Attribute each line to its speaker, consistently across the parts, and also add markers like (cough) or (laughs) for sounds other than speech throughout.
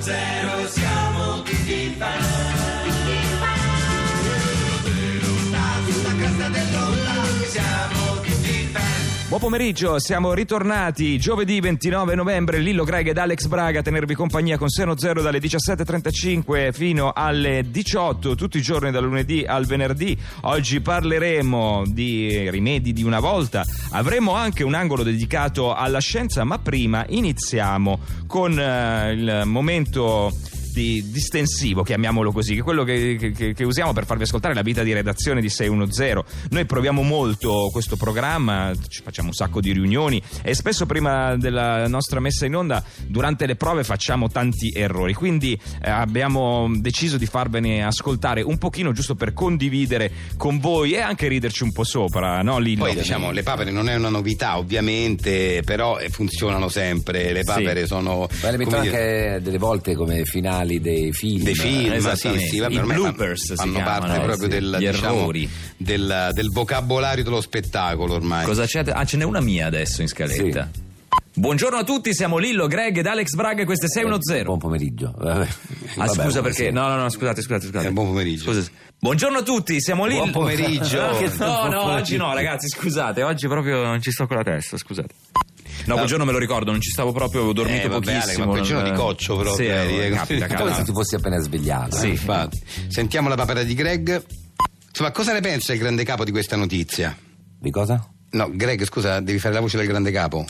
Speaker 1: zero siamo tutti fan. Dello Stato, la casa dell'olla, siamo tutti fan.
Speaker 2: Buon pomeriggio, siamo ritornati giovedì 29 novembre, Lillo Greg ed Alex Braga a tenervi compagnia con Seno Zero dalle 17.35 fino alle 18, tutti i giorni dal lunedì al venerdì. Oggi parleremo di rimedi di una volta, avremo anche un angolo dedicato alla scienza, ma prima iniziamo con eh, il momento di- distensivo, chiamiamolo così, che è quello che, che- che usiamo per farvi ascoltare la vita di redazione di 610. Noi proviamo molto questo programma, ci facciamo un sacco di riunioni e spesso prima della nostra messa in onda, durante le prove, facciamo tanti errori. Quindi eh, abbiamo deciso di farvene ascoltare un pochino giusto per condividere con voi e anche riderci un po' sopra, no Lillo?
Speaker 3: Poi diciamo, le papere non è una novità ovviamente, però eh, funzionano sempre, le papere sono...
Speaker 4: Ma le mettono
Speaker 3: come dire,
Speaker 4: anche delle volte come finali dei film. Eh,
Speaker 3: dei film, ma sì,
Speaker 5: Esattamente.
Speaker 3: sì, vabbè,
Speaker 5: I
Speaker 3: ormai fan-
Speaker 5: bloopers si
Speaker 3: fanno
Speaker 5: chiamano,
Speaker 3: parte
Speaker 5: eh,
Speaker 3: proprio
Speaker 5: sì,
Speaker 3: del,
Speaker 5: gli
Speaker 3: diciamo,
Speaker 5: errori.
Speaker 3: del, del vocabolario dello spettacolo ormai.
Speaker 5: Cosa c'è? Ah, ce n'è una mia adesso in scaletta. Buongiorno a tutti, siamo Lillo, Greg ed Alex Braga e questo è 610.
Speaker 4: Eh, Buon pomeriggio. (laughs) Vabbè.
Speaker 5: Ah,
Speaker 4: Vabbè,
Speaker 5: scusa
Speaker 4: buon
Speaker 5: perché. No, no, no, scusate, scusate, scusate.
Speaker 3: Eh, buon pomeriggio.
Speaker 5: Scusa. Buongiorno a tutti, siamo Lillo.
Speaker 3: Buon (laughs) pomeriggio.
Speaker 5: No, che- no, no, oggi no, ragazzi, scusate, oggi proprio non ci sto con la testa, scusate. No, quel giorno me lo ricordo, non ci stavo proprio, ho dormito
Speaker 3: Eh, vabbè, Ale,
Speaker 5: pochissimo.
Speaker 3: ma quel giorno
Speaker 5: non-
Speaker 3: di coccio proprio,
Speaker 5: Sì,
Speaker 3: eh,
Speaker 5: eh,
Speaker 3: eh, (laughs)
Speaker 5: capita,
Speaker 4: Come se
Speaker 5: capita.
Speaker 4: tu fossi appena svegliato. eh.
Speaker 3: Sì, infatti. Sentiamo la papera di Greg. Insomma, cosa ne pensa il grande capo di questa notizia?
Speaker 4: Di cosa?
Speaker 3: No, Greg, scusa, devi fare la voce del grande capo.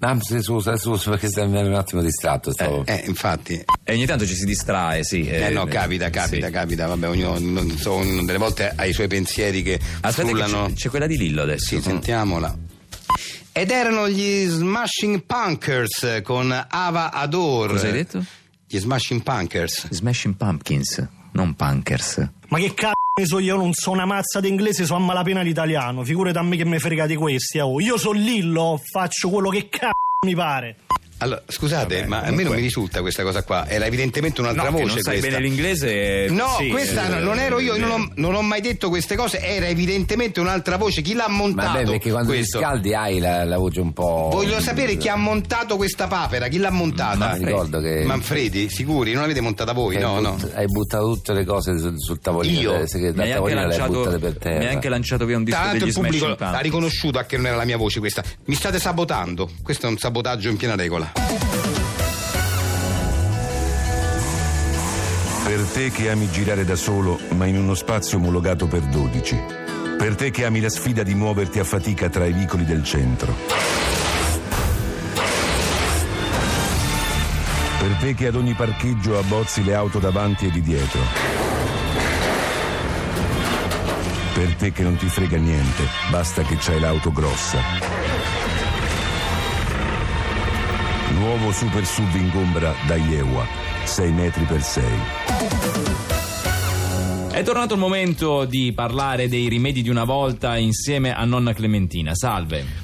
Speaker 4: Ah, sì, scusa, scusa, perché stai- mi ero un attimo distratto. Stavo...
Speaker 3: Eh, infatti.
Speaker 5: E ogni tanto ci si distrae, sì.
Speaker 3: Eh, no, capita, capita,
Speaker 5: sì.
Speaker 3: capita. Vabbè, ognuno, non so, ognuno delle volte ha i suoi pensieri che
Speaker 5: Aspetta, che
Speaker 3: frullano.
Speaker 5: c'è, c'è quella di Lillo adesso.
Speaker 3: Sì, sentiamola. Ed erano gli Smashing Punkers con Ava Ador.
Speaker 5: Cosa hai detto?
Speaker 3: Gli Smashing Punkers.
Speaker 5: Smashing Pumpkins, non Punkers.
Speaker 6: Ma che cazzo ne so io? Non so una mazza d'inglese, so a malapena l'italiano. Figurati a me che mi frega di questi. oh. Io sono Lillo, faccio quello che cazzo mi pare.
Speaker 3: Allora, scusate,
Speaker 5: Vabbè,
Speaker 3: ma a me non
Speaker 5: comunque.
Speaker 3: mi risulta questa cosa qua. Era evidentemente
Speaker 5: No,
Speaker 3: un'altra
Speaker 5: che
Speaker 3: voce
Speaker 5: non sai
Speaker 3: questa.
Speaker 5: bene l'inglese. eh,
Speaker 3: No,
Speaker 5: sì,
Speaker 3: questa
Speaker 5: eh,
Speaker 3: no, non ero io, io non ho, non ho mai detto queste cose, era evidentemente un'altra voce. Chi l'ha
Speaker 4: Ma
Speaker 3: montato?
Speaker 4: beh, perché quando
Speaker 3: questo?
Speaker 4: ti scaldi hai la, la voce un po'.
Speaker 3: Voglio sapere chi ha montato questa papera, chi l'ha montata?
Speaker 4: Ma mi ricordo che-
Speaker 3: Manfredi, sicuri? Non l'avete montata voi?
Speaker 5: Eh,
Speaker 4: Hai
Speaker 3: No, no.
Speaker 4: butt- Hai buttato tutte le cose sul, sul tavolino.
Speaker 3: Io?
Speaker 4: adesso che
Speaker 5: Mi
Speaker 4: dal
Speaker 5: hai anche,
Speaker 4: tavolino le hai
Speaker 5: lanciato,
Speaker 4: buttate per terra.
Speaker 5: mi hai anche lanciato via un disco
Speaker 3: Tanto
Speaker 5: degli
Speaker 3: il pubblico
Speaker 5: Smashing
Speaker 3: ha
Speaker 5: Pumpkins.
Speaker 3: riconosciuto a che non era la mia voce questa. Mi state sabotando. Questo è un sabotaggio in piena regola.
Speaker 7: Per te che ami girare da solo, ma in uno spazio omologato per 12. Per te che ami la sfida di muoverti a fatica tra i vicoli del centro. Per te che ad ogni parcheggio abbozzi le auto davanti e di dietro. Per te che non ti frega niente, basta che c'hai l'auto grossa. Nuovo Super SUV ingombra da Iewa, 6 metri per 6.
Speaker 5: È tornato il momento di parlare dei rimedi di una volta insieme a nonna Clementina. Salve.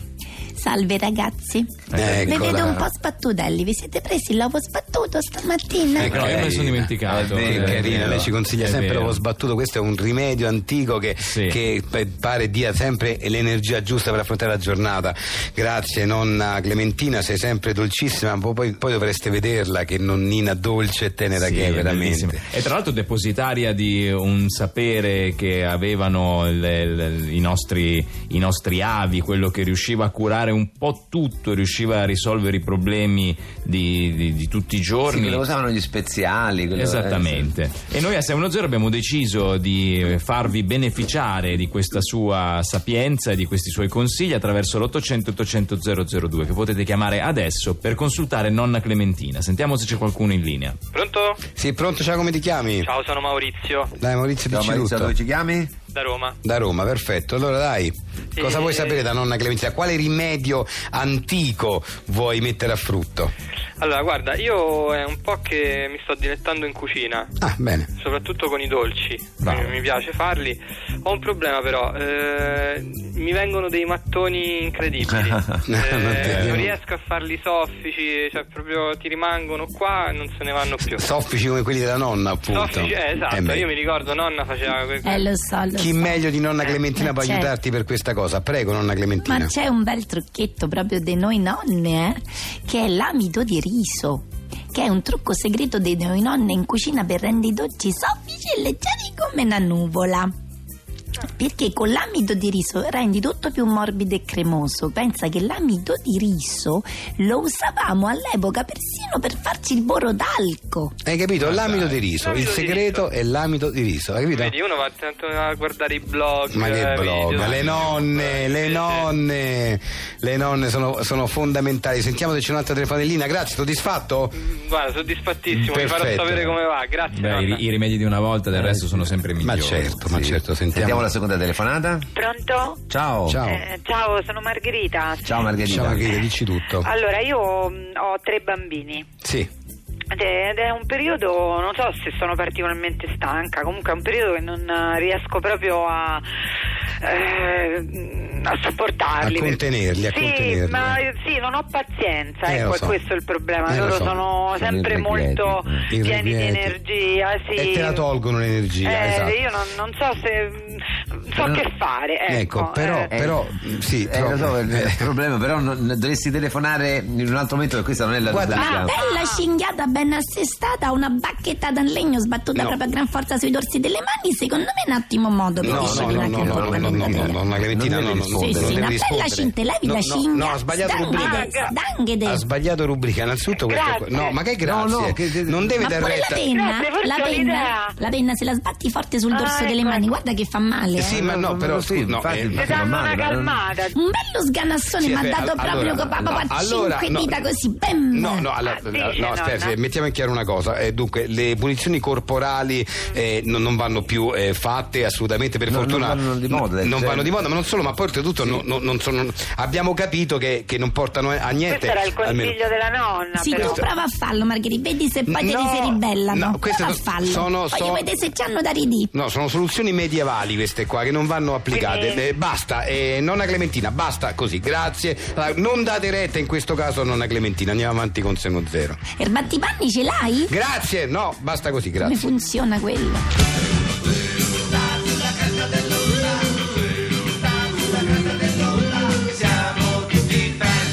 Speaker 8: Salve ragazzi, vi
Speaker 3: Eccola.
Speaker 8: vedo un po' spattudelli. Vi siete presi l'uovo spattuto stamattina?
Speaker 3: Ecco.
Speaker 5: Eh, No, io me ne sono dimenticato.
Speaker 3: Sì,
Speaker 5: Eh,
Speaker 3: carina,
Speaker 5: vero.
Speaker 3: lei ci consiglia
Speaker 5: È
Speaker 3: sempre
Speaker 5: vero.
Speaker 3: l'uovo sbattuto, questo è un rimedio antico che,
Speaker 5: Sì.
Speaker 3: che pa- pare dia sempre l'energia giusta per affrontare la giornata. Grazie nonna Clementina, sei sempre dolcissima, po- poi, poi dovreste vederla che nonnina dolce e tenera
Speaker 5: Sì,
Speaker 3: che è
Speaker 5: è
Speaker 3: veramente.
Speaker 5: bellissima. E tra l'altro depositaria di un sapere che avevano le- le- i, nostri, i nostri avi, quello che riusciva a curare un po' tutto, riusciva a risolvere i problemi di, di- di tutti i
Speaker 4: Sì,
Speaker 5: giorni.
Speaker 4: quello usavano gli speziali. quello-
Speaker 5: Esattamente. E noi a 610 abbiamo deciso di farvi beneficiare di questa sua sapienza e di questi suoi consigli attraverso l'800 800 002 che potete chiamare adesso per consultare nonna Clementina. Sentiamo se c'è qualcuno in linea.
Speaker 9: Pronto?
Speaker 3: Sì, pronto, ciao, come ti chiami?
Speaker 9: Ciao, sono Maurizio
Speaker 3: Dai Maurizio,
Speaker 4: Ciao
Speaker 3: dici
Speaker 4: Maurizio,
Speaker 3: tutto.
Speaker 4: dove ci chiami?
Speaker 9: da Roma.
Speaker 3: Da Roma, perfetto. Allora dai,
Speaker 9: Sì.
Speaker 3: cosa vuoi sapere da nonna Clementina? Quale rimedio antico vuoi mettere a frutto?
Speaker 9: Allora, guarda, io è un po' che mi sto dilettando in cucina,
Speaker 3: Ah, bene.
Speaker 9: soprattutto con i dolci.
Speaker 5: Bravo.
Speaker 9: Mi, mi piace farli. Ho un problema però, eh, mi vengono dei mattoni incredibili. Eh, non riesco a farli soffici, cioè proprio ti rimangono qua e non se ne vanno più.
Speaker 3: Soffici come quelli della nonna, appunto.
Speaker 9: Soffici, eh,
Speaker 3: Eh,
Speaker 9: esatto,
Speaker 3: beh.
Speaker 9: io mi ricordo nonna faceva que-
Speaker 8: Eh lo so, lo
Speaker 3: Chi
Speaker 8: so.
Speaker 3: meglio di nonna Clementina
Speaker 8: Eh,
Speaker 3: può
Speaker 8: certo.
Speaker 3: aiutarti per questa cosa? Prego, nonna
Speaker 8: Ma certo.
Speaker 3: Clementina.
Speaker 8: c'è un bel trucchetto proprio di noi nonne, eh, che è l'amido di riso. che è un trucco segreto dei miei nonni in cucina per rendere i dolci soffici e leggeri come una nuvola. Perché con l'amido di riso rendi tutto più morbido e cremoso. Pensa che l'amido di riso lo usavamo all'epoca persino per farci il borodalco.
Speaker 3: Hai capito? L'amido di riso.
Speaker 9: L'amido
Speaker 3: Il
Speaker 9: di
Speaker 3: segreto
Speaker 9: riso.
Speaker 3: è l'amido di riso. Hai capito?
Speaker 9: Vedi, uno va tanto a guardare i blog.
Speaker 3: Ma
Speaker 9: eh,
Speaker 3: che blog,
Speaker 9: video.
Speaker 3: le nonne,
Speaker 9: Sì,
Speaker 3: le
Speaker 9: sì.
Speaker 3: nonne, le nonne sono, sono fondamentali. Sentiamo se c'è un'altra telefonellina, grazie, soddisfatto?
Speaker 9: Guarda, soddisfattissimo, vi farò
Speaker 3: Perfetto.
Speaker 9: sapere come va. Grazie.
Speaker 5: Beh,
Speaker 9: nonna.
Speaker 5: i, i rimedi di una volta del resto sono sempre
Speaker 3: Ma
Speaker 5: migliori.
Speaker 3: certo, ma certo,
Speaker 4: Sentiamo
Speaker 3: sentiamo.
Speaker 4: la seconda telefonata.
Speaker 10: Pronto?
Speaker 4: Ciao.
Speaker 3: Ciao.
Speaker 10: Eh, ciao, sono Margherita.
Speaker 4: Ciao, Margherita.
Speaker 3: Ciao Margherita, Diciamo dici tutto.
Speaker 10: Allora, io mh, ho tre bambini.
Speaker 3: Sì,
Speaker 10: Ed è ed è un periodo, non so se sono particolarmente stanca, comunque è un periodo che non eh, riesco proprio a, eh, mh, a sopportarli.
Speaker 3: A contenerli, a
Speaker 10: sì,
Speaker 3: contenerli.
Speaker 10: Ma eh, sì, non ho pazienza,
Speaker 3: Eh,
Speaker 10: ecco,
Speaker 3: lo
Speaker 10: è
Speaker 3: so.
Speaker 10: questo il problema.
Speaker 3: Eh, lo
Speaker 10: Loro
Speaker 3: so.
Speaker 10: sono
Speaker 4: Sono
Speaker 10: sempre
Speaker 4: irrequieti.
Speaker 10: molto
Speaker 3: Mm,
Speaker 10: pieni di
Speaker 3: irrequieti.
Speaker 10: energia. Sì.
Speaker 3: E te la tolgono l'energia,
Speaker 10: Eh,
Speaker 3: esatto. Eh,
Speaker 10: Io non, non so se mh, so
Speaker 4: Però-
Speaker 10: che fare. Ecco,
Speaker 3: ecco, però,
Speaker 10: eh.
Speaker 3: però,
Speaker 4: Eh,
Speaker 3: sì,
Speaker 4: eh,
Speaker 3: però-
Speaker 4: lo so, il
Speaker 10: (laughs)
Speaker 4: il problema, però non- dovresti telefonare in un altro momento, perché questa non è la
Speaker 3: Guarda-
Speaker 4: tua
Speaker 8: Una
Speaker 10: ah,
Speaker 4: diciamo.
Speaker 8: bella cinghiata ben assestata, una bacchettata in legno sbattuta proprio a gran forza sui dorsi delle mani, secondo me è un ottimo modo per
Speaker 3: No, no,
Speaker 8: disciplinare
Speaker 3: no,
Speaker 8: il
Speaker 3: no, no, no,
Speaker 8: comportamento.
Speaker 3: no, no, no, no, una Clementina,
Speaker 4: Non
Speaker 3: no,
Speaker 4: deve
Speaker 3: no, no,
Speaker 8: Sì,
Speaker 3: non
Speaker 4: rispondere,
Speaker 8: sì,
Speaker 3: deve
Speaker 8: una bella
Speaker 3: rispondere.
Speaker 8: cintelevi
Speaker 3: No,
Speaker 8: la
Speaker 3: no,
Speaker 8: cinghia.
Speaker 3: No, ha sbagliato
Speaker 8: Stanghe-
Speaker 3: rubrica.
Speaker 8: Stanghede.
Speaker 3: Ha sbagliato rubrica, innanzitutto questo è-
Speaker 10: Grazie.
Speaker 3: No, ma che grazie.
Speaker 4: No, no, che-
Speaker 3: non devi
Speaker 8: Ma
Speaker 3: dar
Speaker 8: pure la
Speaker 3: retta.
Speaker 8: penna,
Speaker 10: Grazie, forse
Speaker 8: la
Speaker 10: ho
Speaker 8: penna,
Speaker 10: l'idea.
Speaker 8: la penna se la sbatti forte sul
Speaker 10: Ah,
Speaker 8: dorso delle
Speaker 10: ecco,
Speaker 8: mani,
Speaker 10: ecco.
Speaker 8: guarda che fa male. eh.
Speaker 3: Sì, ma no, però
Speaker 4: sì,
Speaker 3: no,
Speaker 4: infatti,
Speaker 3: eh,
Speaker 4: ma
Speaker 10: Ti
Speaker 4: fa
Speaker 10: danno
Speaker 4: male,
Speaker 10: una
Speaker 4: ma non-
Speaker 10: calmata.
Speaker 8: Un bello sganassone
Speaker 3: Sì,
Speaker 8: mi ha
Speaker 3: aspetta,
Speaker 8: dato
Speaker 3: allora,
Speaker 8: proprio con
Speaker 3: no,
Speaker 8: papà
Speaker 3: allora,
Speaker 8: cinque
Speaker 3: no.
Speaker 8: dita così, bam!
Speaker 3: No, no, allora,
Speaker 10: Ah, sì,
Speaker 3: no,
Speaker 10: nonna.
Speaker 3: aspetta, sì, mettiamo in chiaro una cosa. eh, dunque, le punizioni corporali eh, non, non vanno più eh, fatte assolutamente, per
Speaker 4: No, non
Speaker 3: fortuna.
Speaker 4: vanno di
Speaker 3: n-
Speaker 4: moda,
Speaker 3: non
Speaker 4: cioè-
Speaker 3: vanno di moda, ma non solo, ma poi oltretutto no- no- non sono- abbiamo capito che, che non portano eh, a niente.
Speaker 10: Questo era il
Speaker 3: almeno-
Speaker 10: consiglio della nonna.
Speaker 8: Sì,
Speaker 10: però.
Speaker 8: tu prova a farlo, Margherita, vedi se poi te
Speaker 3: No,
Speaker 8: li si ribellano.
Speaker 3: no, queste
Speaker 8: prova
Speaker 3: so-
Speaker 8: a farlo.
Speaker 3: sono-
Speaker 8: Voglio
Speaker 3: sono-
Speaker 8: vedere se ci hanno da ridì.
Speaker 3: No, sono soluzioni medievali queste qua che non vanno applicate.
Speaker 10: Quindi-
Speaker 3: Eh, basta, eh, nonna Clementina, basta così, grazie. Allora, non date retta in questo caso a nonna Clementina, andiamo avanti con seno zero.
Speaker 8: Il battipanni ce l'hai?
Speaker 3: Grazie, no, basta così,
Speaker 8: Come
Speaker 3: grazie.
Speaker 8: funziona quello?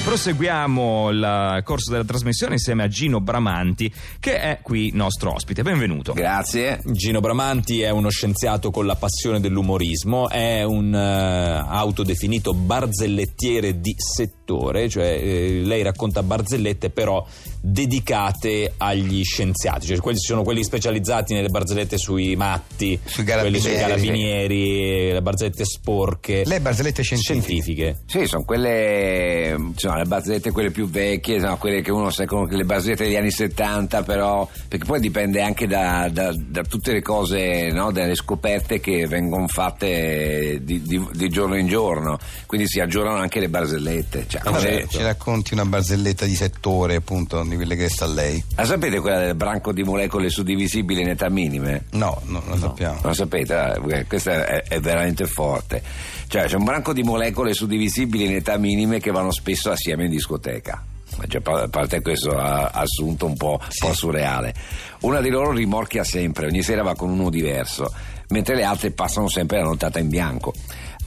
Speaker 5: Proseguiamo il corso della trasmissione insieme a Gino Bramanti, che è qui nostro ospite. Benvenuto.
Speaker 4: Grazie.
Speaker 5: Gino Bramanti è uno scienziato con la passione dell'umorismo, è un eh, autodefinito barzellettiere di settore, cioè eh, lei racconta barzellette però dedicate agli scienziati, cioè quelli sono quelli specializzati nelle barzellette sui matti,
Speaker 3: Sui
Speaker 5: quelli sui
Speaker 3: carabinieri.
Speaker 5: carabinieri, le barzellette sporche,
Speaker 3: Le barzellette scientifiche.
Speaker 5: scientifiche.
Speaker 4: Sì, sono quelle, insomma, le barzellette quelle più vecchie, insomma, quelle che uno sa come le barzellette degli anni 70, però, perché poi dipende anche da, da- da tutte le cose, no, dalle scoperte che vengono fatte di, di- di giorno in giorno, quindi si aggiornano anche le barzellette.
Speaker 5: Ah,
Speaker 4: Cioè,
Speaker 5: certo.
Speaker 4: cioè,
Speaker 3: certo.
Speaker 11: racconti una barzelletta di settore, appunto, di quelle che sta a lei?
Speaker 4: La sapete quella del branco di molecole suddivisibili in età minime?
Speaker 11: No, no, non sappiamo.
Speaker 4: Non lo sapete, eh, questa è, è veramente forte. Cioè, c'è un branco di molecole suddivisibili in età minime che vanno spesso assieme in discoteca. Ma Cioè, pa- a parte questo a- assunto un po', un po' surreale. Una di loro rimorchia sempre, ogni sera va con uno diverso, mentre le altre passano sempre la nottata in bianco.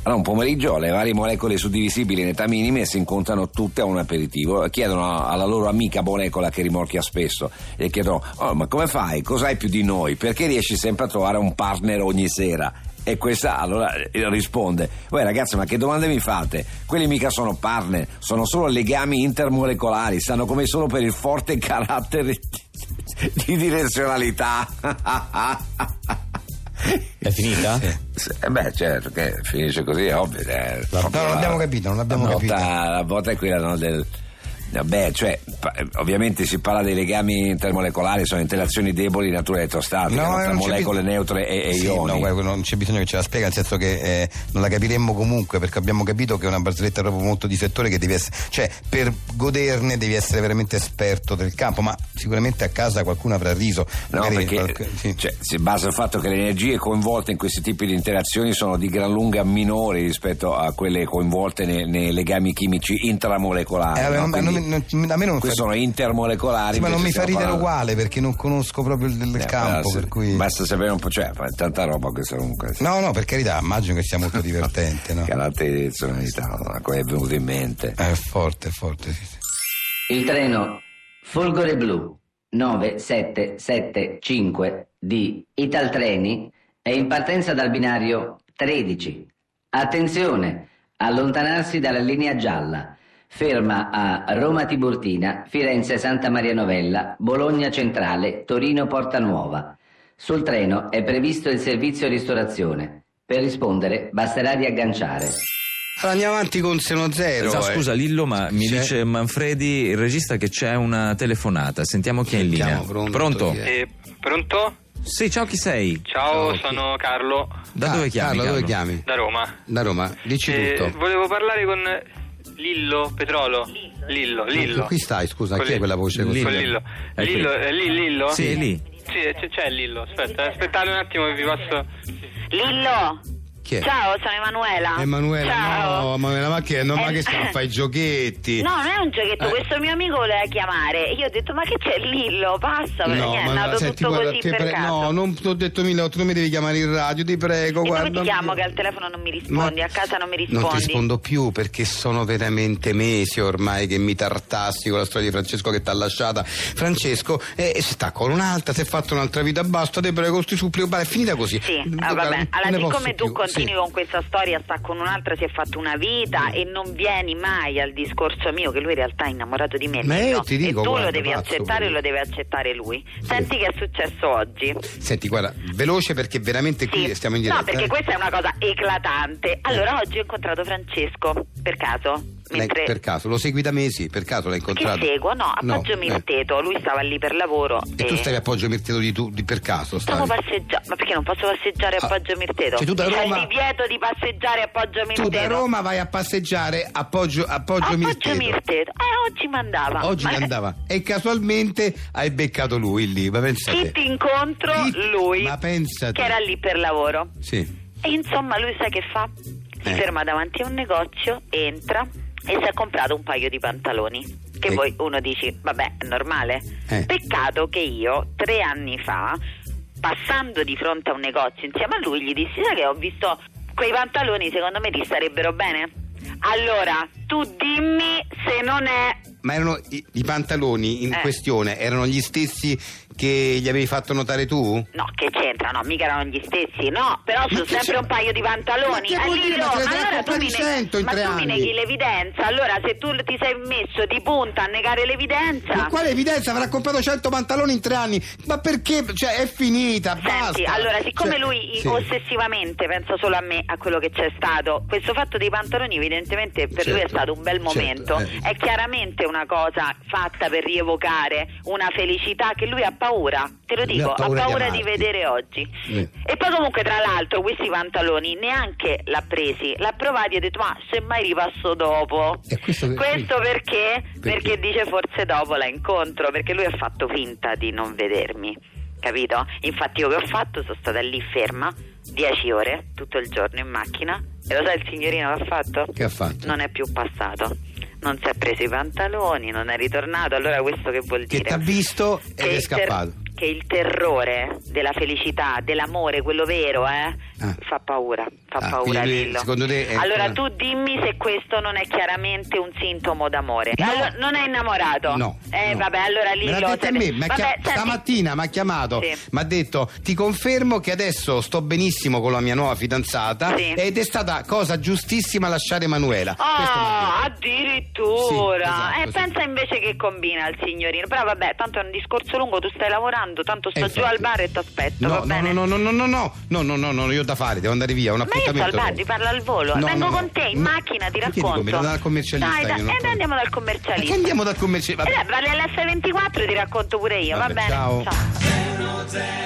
Speaker 4: Allora, un pomeriggio le varie molecole suddivisibili in età minime si incontrano tutte a un aperitivo e chiedono alla loro amica molecola che rimorchia spesso e chiedono: "Oh, ma come fai? Cos'hai più di noi? Perché riesci sempre a trovare un partner ogni sera? E questa allora eh, risponde: Voi ragazzi, ma che domande mi fate? Quelli mica sono partner, sono solo legami intermolecolari, stanno come solo per il forte carattere (laughs) di- di (laughs) direzionalità.
Speaker 5: È finita?
Speaker 4: Sì, eh beh, certo, che finisce così, è ovvio. eh.
Speaker 11: No, non abbiamo capito, non abbiamo
Speaker 4: la
Speaker 11: capito.
Speaker 4: nota- la nota è quella no, del. Vabbè, cioè, pa- ovviamente si parla dei legami intermolecolari, sono interazioni deboli di natura elettrostatica, no,
Speaker 11: eh,
Speaker 4: tra
Speaker 11: non c'è
Speaker 4: molecole
Speaker 11: bis-
Speaker 4: neutre e, e
Speaker 11: Sì,
Speaker 4: ioni.
Speaker 11: No, guarda, non c'è bisogno che ce la spiega, nel senso che eh, non la capiremmo comunque, perché abbiamo capito che è una barzelletta proprio molto di settore che devi essere. Cioè, per goderne devi essere veramente esperto del campo, ma sicuramente a casa qualcuno avrà riso.
Speaker 4: No,
Speaker 11: magari
Speaker 4: perché
Speaker 11: qualche- sì.
Speaker 4: cioè, si basa sul fatto che le energie coinvolte in questi tipi di interazioni sono di gran lunga minori rispetto a quelle coinvolte nei, nei legami chimici intramolecolari.
Speaker 11: Eh, vabbè,
Speaker 4: no?
Speaker 11: ma non mi-
Speaker 4: Quindi
Speaker 11: non- a me non
Speaker 4: questi
Speaker 11: fa-
Speaker 4: sono intermolecolari.
Speaker 11: Sì, ma non mi
Speaker 4: invece
Speaker 11: fa
Speaker 4: stiamo
Speaker 11: ridere
Speaker 4: parlando-
Speaker 11: uguale perché non conosco proprio il, il
Speaker 4: Eh,
Speaker 11: campo.
Speaker 4: però se-
Speaker 11: Per cui...
Speaker 4: Basta sapere un po', cioè, fa tanta roba questa comunque. sì.
Speaker 11: No, no, per carità, immagino che sia
Speaker 5: (laughs)
Speaker 11: molto divertente, no?
Speaker 4: Carattere di personalità, ma come è venuto in mente.
Speaker 11: Eh, È forte, è forte, sì, sì.
Speaker 1: Il treno Folgore Blu
Speaker 12: 9775 di Italtreni è in partenza dal binario 13. Attenzione, allontanarsi dalla linea gialla. Ferma a Roma Tiburtina, Firenze Santa Maria Novella, Bologna Centrale, Torino Porta Nuova. Sul treno è previsto il servizio ristorazione. Per rispondere basterà riagganciare.
Speaker 3: Allora, andiamo avanti con Seno Zero.
Speaker 5: Sa-
Speaker 3: eh.
Speaker 5: Esatto, scusa Lillo, ma mi
Speaker 3: C'è?
Speaker 5: dice Manfredi, il regista, che c'è una telefonata. Sentiamo chi è in linea.
Speaker 3: Sentiamo, pronto, chi è?
Speaker 9: Eh, pronto?
Speaker 5: Sì, ciao, chi sei?
Speaker 9: Ciao,
Speaker 3: Ciao, chi-
Speaker 9: sono Carlo
Speaker 5: Da
Speaker 3: Ah,
Speaker 5: dove chiami?
Speaker 3: Carlo, dove
Speaker 5: Carlo?
Speaker 3: chiami?
Speaker 9: da Roma.
Speaker 3: Da Roma, dici
Speaker 9: Eh,
Speaker 3: tutto.
Speaker 9: volevo parlare con Lillo Petrolo. Lillo, Lillo.
Speaker 3: Ecco, Qui stai, scusa,
Speaker 9: Con
Speaker 3: chi è
Speaker 9: Lillo.
Speaker 3: quella voce
Speaker 9: Con
Speaker 3: così? Ecco
Speaker 5: Lillo.
Speaker 9: Lillo.
Speaker 5: È qui.
Speaker 9: Lillo, è lì Lillo?
Speaker 5: Sì, è lì.
Speaker 9: Sì, c'è, c'è Lillo, aspetta, eh, aspettate un attimo che vi passo.
Speaker 13: Lillo,
Speaker 3: Chi è?
Speaker 13: ciao, sono Emanuela.
Speaker 3: Emanuela,
Speaker 13: Ciao.
Speaker 3: no, Emanuela, ma che, no, ma
Speaker 13: Eh,
Speaker 3: che stiamo a fare i giochetti?
Speaker 13: No, non è un giochetto,
Speaker 3: Eh.
Speaker 13: questo mio amico voleva chiamare. Io ho detto, ma che c'è Lillo? Passa, perché
Speaker 3: No,
Speaker 13: è
Speaker 3: ma
Speaker 13: andato
Speaker 3: senti,
Speaker 13: tutto
Speaker 3: guarda,
Speaker 13: così
Speaker 3: ti
Speaker 13: per
Speaker 3: pre-
Speaker 13: caso.
Speaker 3: no, non ti ho detto mille, tu mi devi chiamare in radio, ti prego,
Speaker 13: e
Speaker 3: guarda.
Speaker 13: dove ti chiamo che al telefono non mi rispondi, a casa non mi rispondi.
Speaker 3: Non ti rispondo più perché sono veramente mesi ormai che mi tartassi con la storia di Francesco che t'ha lasciata. Francesco eh, si sta con un'altra, si è fatto un'altra vita, basta, te prego, sti supplico, guarda, è finita così.
Speaker 13: Sì,
Speaker 3: Non-
Speaker 13: ah,
Speaker 3: guarda,
Speaker 13: vabbè.
Speaker 3: non
Speaker 13: Allora,
Speaker 3: ne posso
Speaker 13: siccome tu
Speaker 3: più, sì.
Speaker 13: continui con questa storia, sta con un'altra, si è fatto una vita e non vieni mai al discorso mio, che lui in realtà è innamorato di me.
Speaker 3: Ma
Speaker 13: Lillo,
Speaker 3: io ti dico,
Speaker 13: e tu
Speaker 3: guarda,
Speaker 13: lo devi
Speaker 3: pazzo,
Speaker 13: accettare e
Speaker 3: quello.
Speaker 13: lo deve accettare lui. Senti che è successo oggi.
Speaker 3: Senti, guarda, veloce perché veramente qui
Speaker 13: Sì.
Speaker 3: stiamo in diretta.
Speaker 13: No, perché
Speaker 3: eh.
Speaker 13: questa è una cosa eclatante. Allora, oggi ho incontrato Francesco, per caso,
Speaker 3: Lei,
Speaker 13: mentre...
Speaker 3: per caso, lo segui da mesi, per caso l'hai
Speaker 13: Che
Speaker 3: incontrato?
Speaker 13: seguo, no, appoggio
Speaker 3: eh.
Speaker 13: Mirteto, lui stava lì per lavoro
Speaker 3: E tu stavi a Poggio Mirteto di tu, di per caso?
Speaker 13: Stavo
Speaker 3: stavi?
Speaker 13: passeggiando, ma perché non posso passeggiare a
Speaker 3: Ah,
Speaker 13: Poggio Mirteto?
Speaker 3: cioè, tu da
Speaker 13: C'è
Speaker 3: Roma-
Speaker 13: il divieto di passeggiare a Poggio Mirteto.
Speaker 3: Tu da Roma vai a passeggiare a Poggio, a Poggio
Speaker 13: Appoggio
Speaker 3: Mirteto.
Speaker 13: Mirteto. Eh, oggi mandava. (laughs)
Speaker 3: Oggi
Speaker 13: Ma-
Speaker 3: andava e casualmente hai beccato lui lì, ma
Speaker 13: Chi
Speaker 3: pensate.
Speaker 13: ti incontro?
Speaker 3: Chi-
Speaker 13: Lui.
Speaker 3: Ma pensate.
Speaker 13: Che era lì per lavoro.
Speaker 3: Sì.
Speaker 13: E insomma, lui sai che fa? Si
Speaker 3: Eh.
Speaker 13: ferma davanti a un negozio, entra e si è comprato un paio di pantaloni. Che
Speaker 3: Eh.
Speaker 13: poi uno dici, vabbè, è normale.
Speaker 3: Eh.
Speaker 13: Peccato che io, tre anni fa, passando di fronte a un negozio insieme a lui, gli dissi, sai che ho visto quei pantaloni, secondo me ti starebbero bene? Allora, tu dimmi se non è...
Speaker 3: Ma erano i, i pantaloni in
Speaker 13: Eh.
Speaker 3: questione, erano gli stessi che gli avevi fatto notare tu?
Speaker 13: No, che c'entra? No, mica erano gli stessi, no, però sono
Speaker 3: che
Speaker 13: sempre
Speaker 3: c'è-
Speaker 13: un paio di
Speaker 3: Ma
Speaker 13: pantaloni.
Speaker 3: che vuol
Speaker 13: Eh,
Speaker 3: dire?
Speaker 13: Lillo,
Speaker 3: Ma te ne sei
Speaker 13: allora tu,
Speaker 3: comprati
Speaker 13: mi, ne-
Speaker 3: 100 in
Speaker 13: ma
Speaker 3: tre
Speaker 13: tu mi
Speaker 3: anni.
Speaker 13: neghi l'evidenza, allora se tu ti sei messo di punta a negare
Speaker 3: Ma
Speaker 13: l'evidenza...
Speaker 3: quale evidenza? Avrà comprato 100 pantaloni in tre anni. Ma perché? Cioè, è finita.
Speaker 13: Senti,
Speaker 3: basta.
Speaker 13: allora, siccome
Speaker 3: Cioè,
Speaker 13: lui
Speaker 3: sì.
Speaker 13: ossessivamente pensa solo a me, a quello che c'è stato, questo fatto dei pantaloni evidentemente per lui è
Speaker 3: Certo,
Speaker 13: stato un bel
Speaker 3: certo,
Speaker 13: momento,
Speaker 3: eh.
Speaker 13: è chiaramente una cosa fatta per rievocare una felicità che lui ha paura, te lo
Speaker 3: Lui
Speaker 13: dico,
Speaker 3: ha paura di
Speaker 13: di,
Speaker 3: amarti.
Speaker 13: vedere oggi.
Speaker 3: Eh.
Speaker 13: E poi comunque tra l'altro questi pantaloni neanche l'ha presi, l'ha provati e ha detto ma semmai ripasso dopo.
Speaker 3: E questo per-
Speaker 13: Questo perché?
Speaker 3: Perché?
Speaker 13: Perché dice forse dopo la incontro, perché lui ha fatto finta di non vedermi, capito? Infatti io che ho fatto sono stata lì ferma 10 ore tutto il giorno in macchina e lo sai il signorino che ha fatto?
Speaker 3: Che ha fatto?
Speaker 13: Non è più passato. Non si è preso i pantaloni, non è ritornato, allora questo che vuol
Speaker 3: Che
Speaker 13: dire?
Speaker 3: ti ha visto ed è
Speaker 13: il ter-
Speaker 3: scappato.
Speaker 13: che il terrore della felicità, dell'amore, quello vero, eh,
Speaker 3: Ah.
Speaker 13: fa paura, fa
Speaker 3: Ah,
Speaker 13: paura
Speaker 3: quindi lui,
Speaker 13: Lillo.
Speaker 3: secondo te è
Speaker 13: allora
Speaker 3: ancora-
Speaker 13: tu dimmi se questo non è chiaramente un sintomo d'amore.
Speaker 3: No.
Speaker 13: Allora, non è innamorato?
Speaker 3: No.
Speaker 13: Eh
Speaker 3: no.
Speaker 13: vabbè, allora Lillo...
Speaker 3: Me l'ha detto a
Speaker 13: se-
Speaker 3: me, mi ha
Speaker 13: vabbè,
Speaker 3: chia-
Speaker 13: senti-
Speaker 3: stamattina mi ha chiamato,
Speaker 13: Sì.
Speaker 3: mi ha detto ti confermo che adesso sto benissimo con la mia nuova fidanzata
Speaker 13: Sì.
Speaker 3: ed è stata cosa giustissima lasciare Emanuela. Questo mi ha detto.
Speaker 13: Ah, addirittura!
Speaker 3: Sì, esatto,
Speaker 13: eh,
Speaker 3: sì.
Speaker 13: pensa invece che combina il signorino. Però vabbè, tanto è un discorso lungo, tu stai lavorando, tanto sto
Speaker 3: Eh,
Speaker 13: giù
Speaker 3: infatti.
Speaker 13: al bar e ti aspetto,
Speaker 3: No,
Speaker 13: va
Speaker 3: no,
Speaker 13: bene?
Speaker 3: no, no, no, no, no, no, no, no, no, no, io ho da fare, devo andare via, ho un
Speaker 13: Ma io sto al
Speaker 3: appuntamento.
Speaker 13: bar, ti parlo al volo.
Speaker 3: No,
Speaker 13: Vengo
Speaker 3: no, no.
Speaker 13: con te in
Speaker 3: No.
Speaker 13: macchina, ti
Speaker 3: Perché dico,
Speaker 13: racconto.
Speaker 3: me lo dà il commercialista,
Speaker 13: Dai,
Speaker 3: io
Speaker 13: dai,
Speaker 3: non
Speaker 13: e
Speaker 3: posso.
Speaker 13: noi andiamo dal
Speaker 3: Perché
Speaker 13: commercialista.
Speaker 3: andiamo dal commercialista?
Speaker 13: E dai, parli all'F24 ti racconto pure io,
Speaker 3: Vabbè,
Speaker 13: va bene?
Speaker 3: ciao.
Speaker 13: ciao.
Speaker 1: zero